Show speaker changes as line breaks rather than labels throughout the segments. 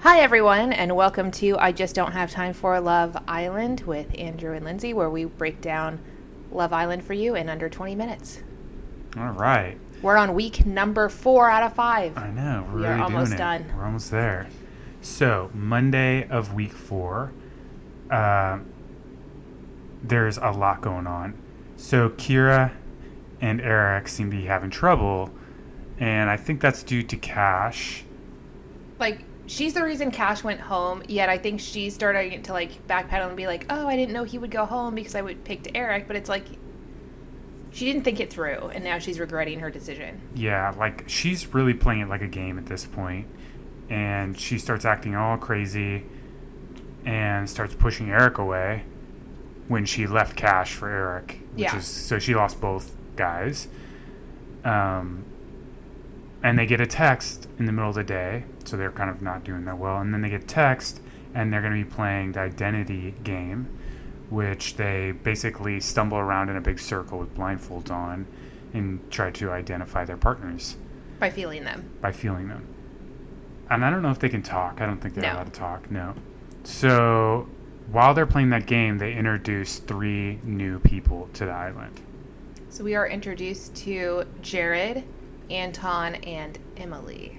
Hi, everyone, and welcome to I Just Don't Have Time for Love Island with Andrew and Lindsay, where we break down Love Island for you in under 20 minutes.
All right.
We're on week number four out of five.
I know. We're
We are
really doing
almost
it.
done.
We're almost there. So Monday of week four, uh, there's a lot going on. So Kira and Eric seem to be having trouble, and I think that's due to Cash.
Like, she's the reason Cash went home, yet I think she's starting to, like, backpedal and be like, oh, I didn't know he would go home because I would picked Eric, but it's like she didn't think it through, and now she's regretting her decision.
Yeah, like she's really playing it like a game at this point, and she starts acting all crazy, and starts pushing Eric away when she left Cash for Eric, which
Yeah.
is so she lost both guys. Um, and they get a text in the middle of the day, so they're kind of not doing that well. And then they get text, and they're going to be playing the identity game, which they basically stumble around in a big circle with blindfolds on and try to identify their partners
By feeling them.
by feeling them. And I don't know if they can talk. I don't think they're
No.
allowed to talk. No. So while they're playing that game, they introduce three new people to the island.
So we are introduced to Jared, Anton, and Emily.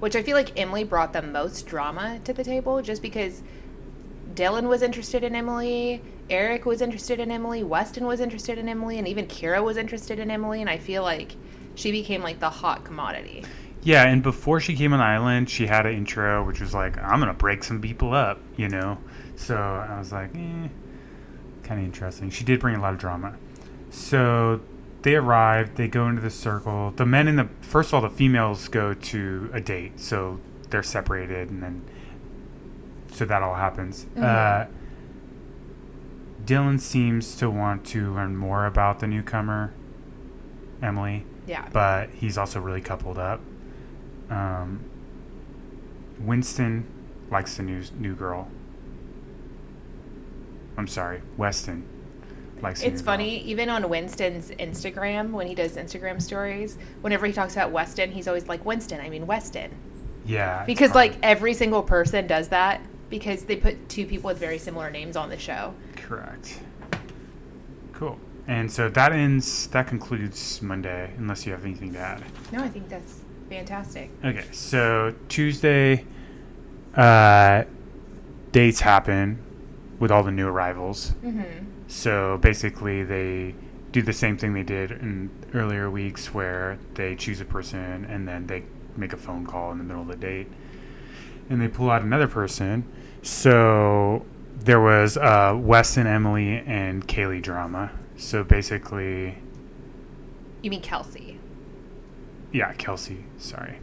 Which I feel like Emily brought the most drama to the table just because Dylan was interested in Emily, Eric was interested in Emily, Weston was interested in Emily, and even Kira was interested in Emily. And I feel like she became like the hot commodity.
Yeah, and before she came on the island, she had an intro which was like, "I'm gonna break some people up," you know. So I was like, eh, kind of interesting. She did bring a lot of drama. So they arrive. They go into the circle. The men in the first of all, the females go to a date, so they're separated, and then so that all happens.
Mhm.
Uh, Dylan seems to want to learn more about the newcomer, Emily
Yeah.
but he's also really coupled up. Um, Winston likes the new new girl. I'm sorry, Weston likes. the
It's
new
funny, even on Winston's Instagram, when he does Instagram stories, whenever he talks about Weston, he's always like, Winston, I mean, Weston.
Girl. Yeah, it's
because
hard.
like every single person does that because they put two people with very similar names on the show.
correct. Cool. And so that ends. That concludes Monday. Unless you have anything to add.
No, I think that's fantastic.
Okay, so Tuesday, uh, dates happen with all the new arrivals.
Mm-hmm.
So basically, they do the same thing they did in earlier weeks where they choose a person and then they make a phone call in the middle of the date and they pull out another person. So there was uh, Wes and Emily and Kaylee drama. So basically,
You mean Kelsey?
yeah, Kelsey, sorry.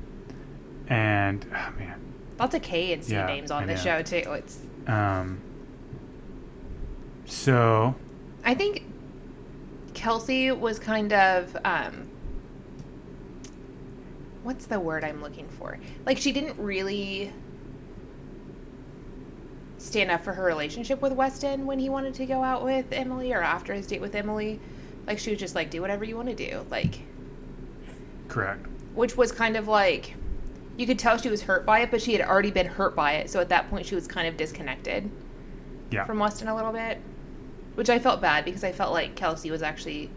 And, oh man,
Lots of K and C
Yeah,
names on
I
the
know.
show too. It's
um, so
I think Kelsey was kind of um what's the word I'm looking for? Like she didn't really stand up for her relationship with Weston when he wanted to go out with Emily or after his date with Emily. Like she was just like do whatever you want to do. Like
correct.
which was kind of like you could tell she was hurt by it, but she had already been hurt by it. So at that point, she was kind of disconnected
Yeah.
from Weston a little bit, which I felt bad because I felt like Kelsey was actually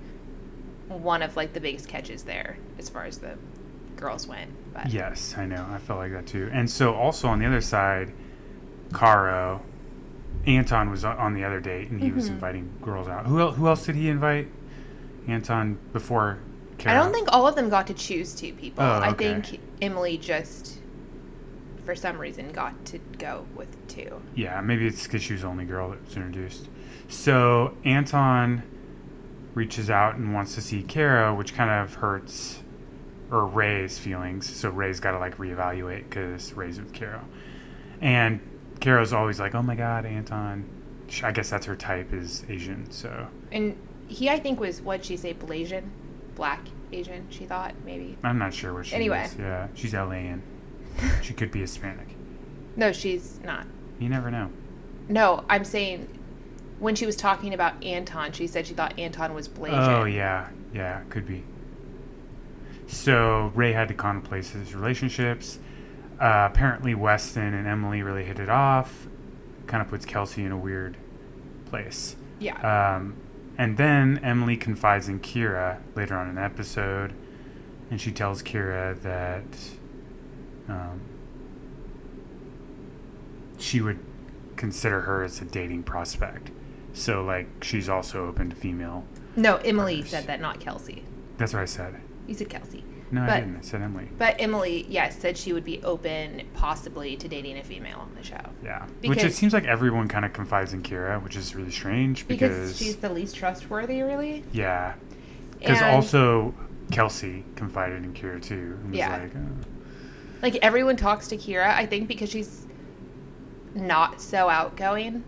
one of like the biggest catches there as far as the girls went. But
Yes, I know. I felt like that too. And so also on the other side, Caro, Anton was on- on the other date, and he was
Mhm.
inviting girls out. Who else? Who else did he invite? Anton before.
I
Kara?
don't think all of them got to choose two people.
Oh,
I
okay.
think Emily just, for some reason, got to go with two.
Yeah, maybe it's because she was the only girl that was introduced. So Anton reaches out and wants to see Kara, which kind of hurts or Ray's feelings. So Ray's got to like reevaluate because Ray's with Kara, and Kara's always like, "Oh my God, Anton." Sh- I guess that's her type is Asian. So
And he, I think, was what she say, Blasian, black Asian. She thought maybe.
I'm not sure what she
Anyway.
is. Yeah, she's LAN. she could be Hispanic.
No, she's not.
You never know.
No, I'm saying when she was talking about Anton, she said she thought Anton was Blasian.
Oh yeah, yeah, could be. So Ray had to contemplate his relationships. Uh, apparently, Weston and Emily really hit it off. Kind of puts Kelsey in a weird place.
Yeah.
Um, and then Emily confides in Kira later on in the episode, and she tells Kira that um, she would consider her as a dating prospect. So, like, she's also open to female.
no, Emily
Partners.
said that, not Kelsey.
That's what I said.
You said Kelsey.
No, I
But-
didn't. I said Emily.
But Emily, yes, said she would be open possibly to dating a female on the show.
Yeah. which it
because-
seems like everyone kind of confides in Kira, which is really strange
Because,
because.
she's the least trustworthy, really.
yeah. Because
And,
also, Kelsey confided in Kira too. And was
Yeah.
like, oh.
like everyone talks to Kira, I think because she's not so outgoing.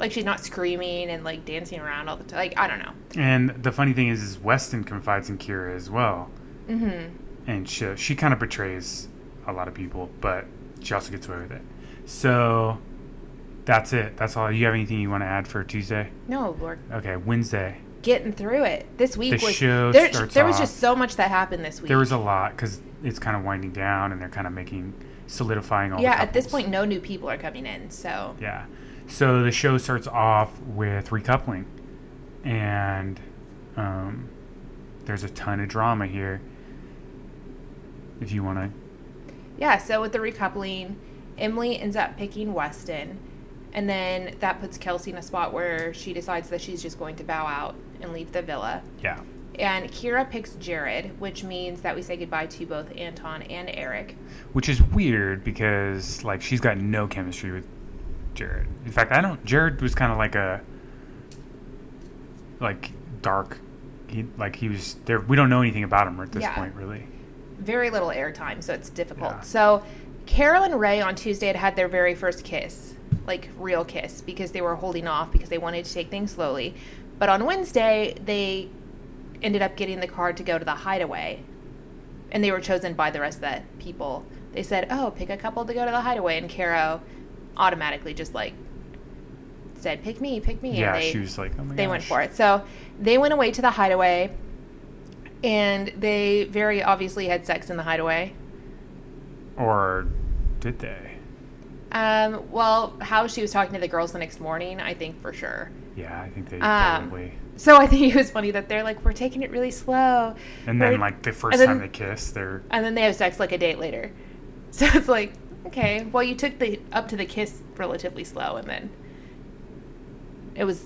Like she's not screaming and like dancing around all the time. Like I don't know.
And the funny thing is, is Weston confides in Kira as well.
Mm-hmm.
and she she kind of betrays a lot of people, but she also gets away with it. So that's it. That's all. You have anything you want to add for Tuesday?
No, Lord,
Okay, Wednesday.
getting through it. This week
The
was
show
there.
starts
there was
off-
just so much that happened this week.
There was a lot because it's kind of winding down, and they're kind of making solidifying all. the
yeah. At this
couples.
point, no new people are coming in. So
Yeah. So the show starts off with recoupling, and um, there's a ton of drama here. If you want to
yeah. So with the recoupling, Emily ends up picking Weston, and then that puts Kelsey in a spot where she decides that she's just going to bow out and leave the villa.
yeah.
And Kira picks Jared, which means that we say goodbye to both Anton and Eric.
which is weird because like she's got no chemistry with Jared. In fact, I don't. Jared was kind of like a like dark. He like he was there. We don't know anything about him at this
Yeah.
point, really.
Very little airtime, so it's difficult.
Yeah.
So, Carol and Ray on Tuesday had had their very first kiss, like real kiss, because they were holding off because they wanted to take things slowly. But on Wednesday, they ended up getting the card to go to the hideaway, and they were chosen by the rest of the people. They said, "Oh, pick a couple to go to the hideaway," and Caro automatically just like said, "Pick me, pick me."
Yeah,
and they,
she was like, oh my
they went
gosh.
for it. So they went away to the hideaway, and they very obviously had sex in the hideaway.
Or did they?
Um, well, how she was talking to the girls the next morning, I think for sure.
Yeah, I think they
Um,
probably.
So I think it was funny that they're like, "We're taking it really slow,"
And
we're-
then like the first
then-
time they kissed, they're
and then they have sex like a date later. So it's like, okay, well, you took the up to the kiss relatively slow, and then it was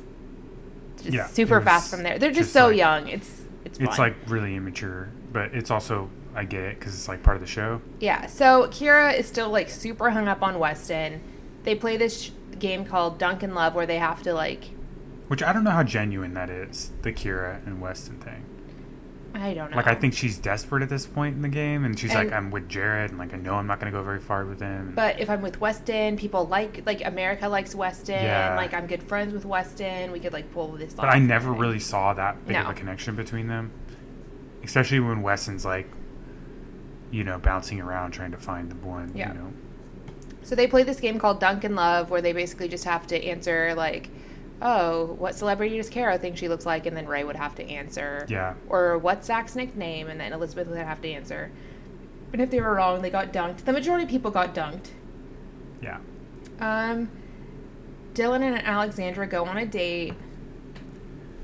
just
Yeah, it
super fast
was
from there. They're just,
just,
so
like-
young. It's it's
it's
fun.
like really immature, but it's also I get it because it's like part of the show.
Yeah, so Kira is still like super hung up on Weston. They play this sh- game called Dunk in Love where they have to like
Which I don't know how genuine that is, the Kira and Weston thing.
I don't know.
Like I think she's desperate at this point in the game, and she's like,
And-
"I'm with Jared, and like I know I'm not gonna go very far with him."
but if I'm with Weston, people like like America likes Weston.
Yeah.
Like I'm good friends with Weston. We could like pull this off.
but I never really saw that big of
No.
a connection between them, especially when Weston's like, you know, bouncing around trying to find the one.
Yeah.
You know,
So they play this game called Dunk in Love where they basically just have to answer like, oh, what celebrity does Kara think she looks like, and then Ray would have to answer.
yeah,
or what's Zach's nickname, and then Elizabeth would have to answer. But if they were wrong, they got dunked. The majority of people got dunked.
yeah.
Um, Dylan and Alexandra go on a date.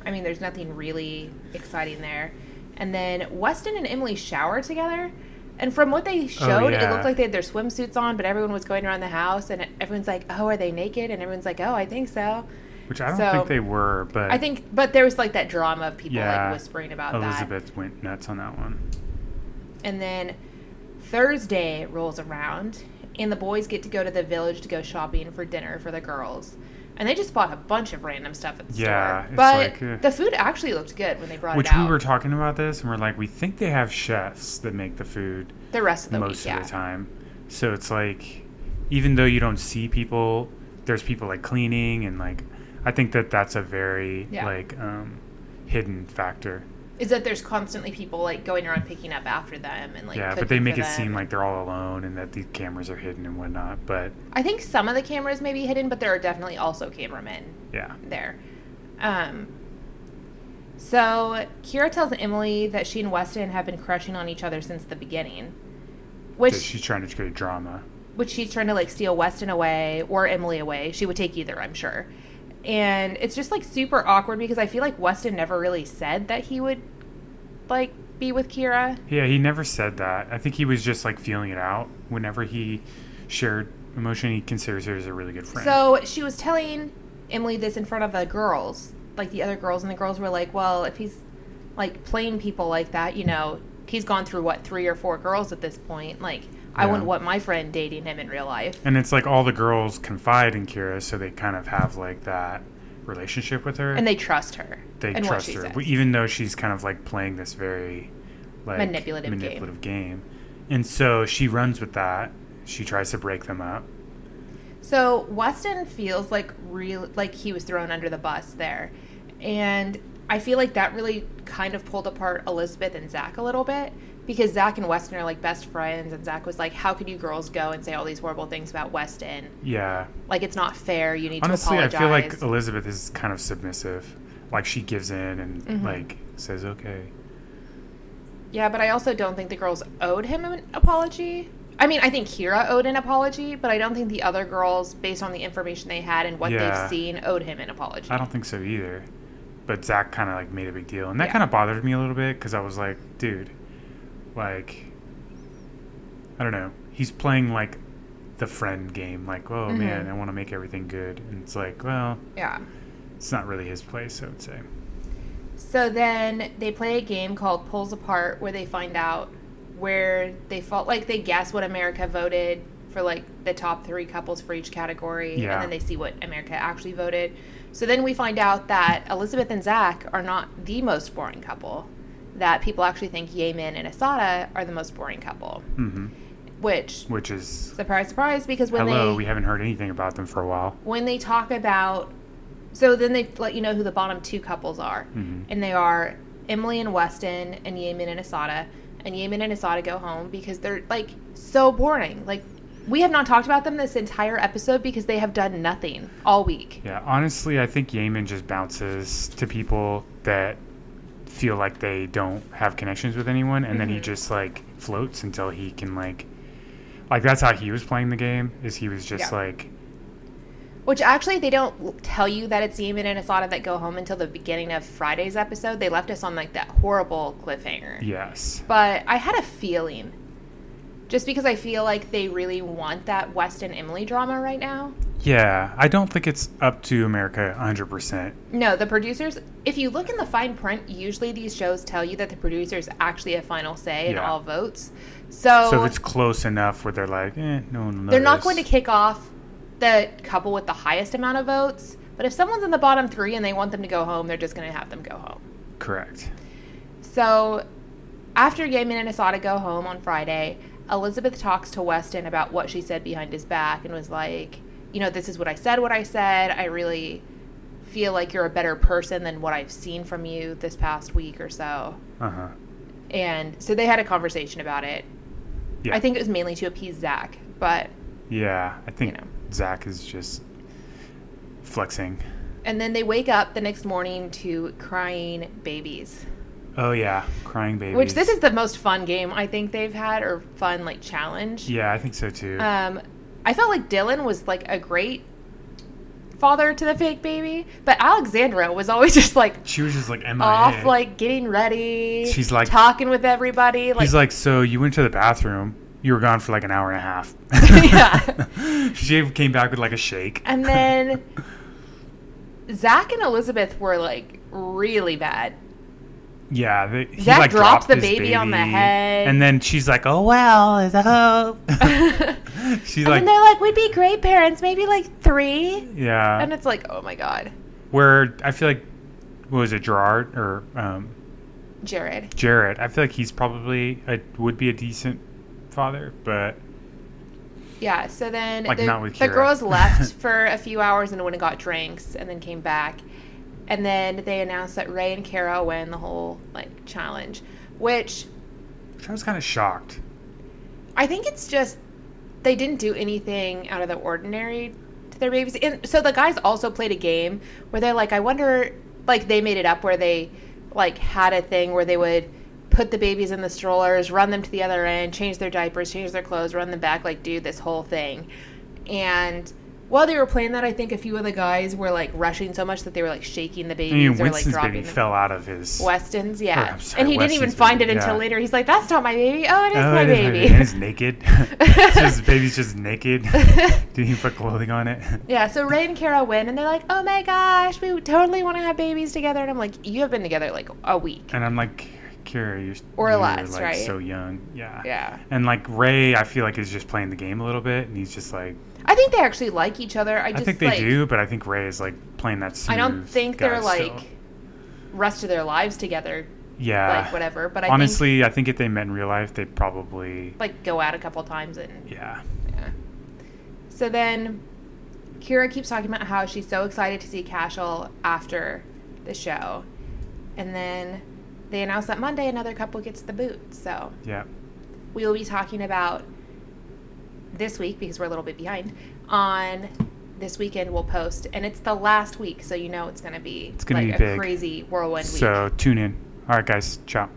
I mean, there's nothing really exciting there. And then Weston and Emily shower together. And from what they showed, it
Oh, yeah.
looked like they had their swimsuits on, but everyone was going around the house, and everyone's like, "Oh, are they naked?" And everyone's like, "Oh, I think so."
Which I don't
So-
think they were, but
I think, but there was like that drama of people
Yeah. Oh,
like whispering about that.
Elizabeth went nuts on that one.
And then Thursday rolls around, and the boys get to go to the village to go shopping for dinner for the girls. And they just bought a bunch of random stuff at the
Yeah,
store.
it's
but
like, eh.
the food actually looked good when they brought
Which
it out.
we were talking about this, and we're like, we think they have chefs that make the food
the rest of the
most
week, yeah.
of the time. So it's like, even though you don't see people, there's people like cleaning and like, I think that that's a very
Yeah.
like um, hidden factor.
Is that there's constantly people like going around picking up after them and like
yeah, but
cooking
they
for
make it
them.
seem like they're all alone and that the cameras are hidden and whatnot. But
I think some of the cameras may be hidden, but there are definitely also cameramen
yeah,
there. Um, so Kira tells Emily that she and Weston have been crushing on each other since the beginning, which
that she's trying to create drama.
which she's trying to like steal Weston away or Emily away. She would take either, I'm sure. And it's just like super awkward because I feel like Weston never really said that he would like be with Kira.
Yeah, he never said that. I think he was just like feeling it out. Whenever he shared emotion, he considers her as a really good friend.
So she was telling Emily this in front of the girls, like the other girls, and the girls were like, "Well, if he's like playing people like that, you know, he's gone through what three or four girls at this point. Like, I
Yeah.
wouldn't want my friend dating him in real life."
and it's like all the girls confide in Kira, so they kind of have like that relationship with her.
And they trust her.
they
and
trust her,
says.
even though she's kind of like playing this very like
Manipulative game.
manipulative game. And so she runs with that. She tries to break them up.
So Weston feels like real like he was thrown under the bus there. And I feel like that really kind of pulled apart Elizabeth and Zach a little bit because Zach and Weston are like best friends and Zach was like, How could you girls go and say all these horrible things about Weston?
Yeah.
Like it's not fair, you need
Honestly,
to
I
apologize.
feel like Elizabeth is kind of submissive. Like she gives in and
Mm-hmm.
like says okay.
Yeah, but I also don't think the girls owed him an apology. I mean, I think Kira owed an apology, but I don't think the other girls, based on the information they had and what
Yeah.
they've seen, owed him an apology.
I don't think so either. But Zach kind of like made a big deal, and that
Yeah.
kind of bothered me a little bit because I was like, dude, like, I don't know. He's playing like the friend game, like, oh
Mm-hmm.
man, I want to make everything good, and it's like, well,
Yeah.
it's not really his place, I would say.
So then they play a game called Pulls Apart where they find out where they felt like they guess what America voted for like the top three couples for each category
Yeah.
and then they see what America actually voted. So then we find out that Elizabeth and Zach are not the most boring couple. That people actually think Yemen and Asada are the most boring couple.
hmm
Which
Which is
surprise surprise because when
hello,
they
we haven't heard anything about them for a while.
when they talk about so then they let you know who the bottom two couples are and they are emily and weston and yemen and asada and yemen and asada go home because they're like so boring like we have not talked about them this entire episode because they have done nothing all week
Yeah, honestly, I think Yeaman just bounces to people that feel like they don't have connections with anyone, and
Mm-hmm.
then he just like floats until he can like, like that's how he was playing the game. Is he was just
Yeah.
like,
which actually they don't tell you that it's yemen and asada that go home until the beginning of friday's episode they left us on like that horrible cliffhanger
yes,
but I had a feeling. Just because I feel like they really want that West and Emily drama right now.
yeah. I don't think it's up to America 100. percent
No, the producers, if you look in the fine print, usually these shows tell you that the producers actually have final say in
Yeah.
all votes. So,
So if it's close enough where they're like, eh, no one. Will
Oh. they're not
notice.
going to kick off the couple with the highest amount of votes. But if someone's in the bottom three and they want them to go home, they're just going to have them go home.
correct.
So, after Yemen and Asada go home on Friday, Elizabeth talks to Weston about what she said behind his back and was like, you know, this is what I said, what I said. I really feel like you're a better person than what I've seen from you this past week or so.
Uh huh.
And so they had a conversation about it.
Yeah.
I think it was mainly to appease Zach, but
Yeah, I think
know.
Zach is just flexing.
and then they wake up the next morning to crying babies.
Oh yeah, crying baby.
Which this is the most fun game I think they've had or fun like challenge.
Yeah, I think so too.
um, I felt like Dylan was like a great father to the fake baby, but Alexandra was always just like
She was just like MIA.
off, like getting ready.
She's, like-
talking with everybody, like,
He's like, so you went to the bathroom. You were gone for like an hour and a half.
yeah.
she came back with like a shake.
And then Zach and Elizabeth were like really bad.
yeah, the, he
Zach
like
dropped
dropped,
the
his
baby on the head.
and then she's like, oh well, it's a hope. she's
and
like,
then they're like, we'd be great parents, maybe like three.
yeah.
And it's like, oh my god,
Where I feel like, what was it, Gerard or um,
Jared.
Jarrett? I feel like he's probably a, would be a decent father, but
Yeah, so then
Like,
the,
not with
the
Kira.
girls left for a few hours and went and got drinks and then came back. And then they announced that Ray and Kara win the whole like challenge, which
I was kind of shocked.
I think it's just they didn't do anything out of the ordinary to their babies. And so the guys also played a game where they're like, I wonder, like they made it up where they like had a thing where they would put the babies in the strollers, run them to the other end, change their diapers, change their clothes, run them back, like do this whole thing. And while they were playing that, I think a few of the guys were like rushing so much that they were like shaking the
I mean,
babies or like
Winston's
dropping
baby
them.
fell out of his.
Weston's, yeah,
I'm sorry,
and he didn't even
Weston's
find
baby,
it until
yeah.
later. He's like, "That's not my baby. Oh, it is
Oh,
my
it is
baby."
And it's naked. It's just, the baby's just naked. Didn't even put clothing on it.
Yeah, so Ray and Kara win, and they're like, "Oh my gosh, we totally want to have babies together." And I'm like, "You have been together like a week."
And I'm like, Kira, you're,
Or
you're
less,
like
right?
so young. Yeah.
Yeah,
And like Ray, I feel like is just playing the game a little bit, and he's just like,
I think they actually like each other. I
I,
just
think they
like,
do, but I think Ray is like playing that. Smooth
I don't think
guy
they're
still.
like rest of their lives together,
yeah.
like whatever. But I think,
Honestly, I think if they met in real life, they probably
like go out a couple times and
yeah.
yeah. So then, Kira keeps talking about how she's so excited to see Cashel after the show, and then they announce that Monday another couple gets the boot. So
Yeah.
we will be talking about this week because we're a little bit behind on this weekend we'll post and it's the last week so you know it's going to be
It's gonna
like
be
a
big.
crazy whirlwind week
So tune in. All right, guys. Ciao.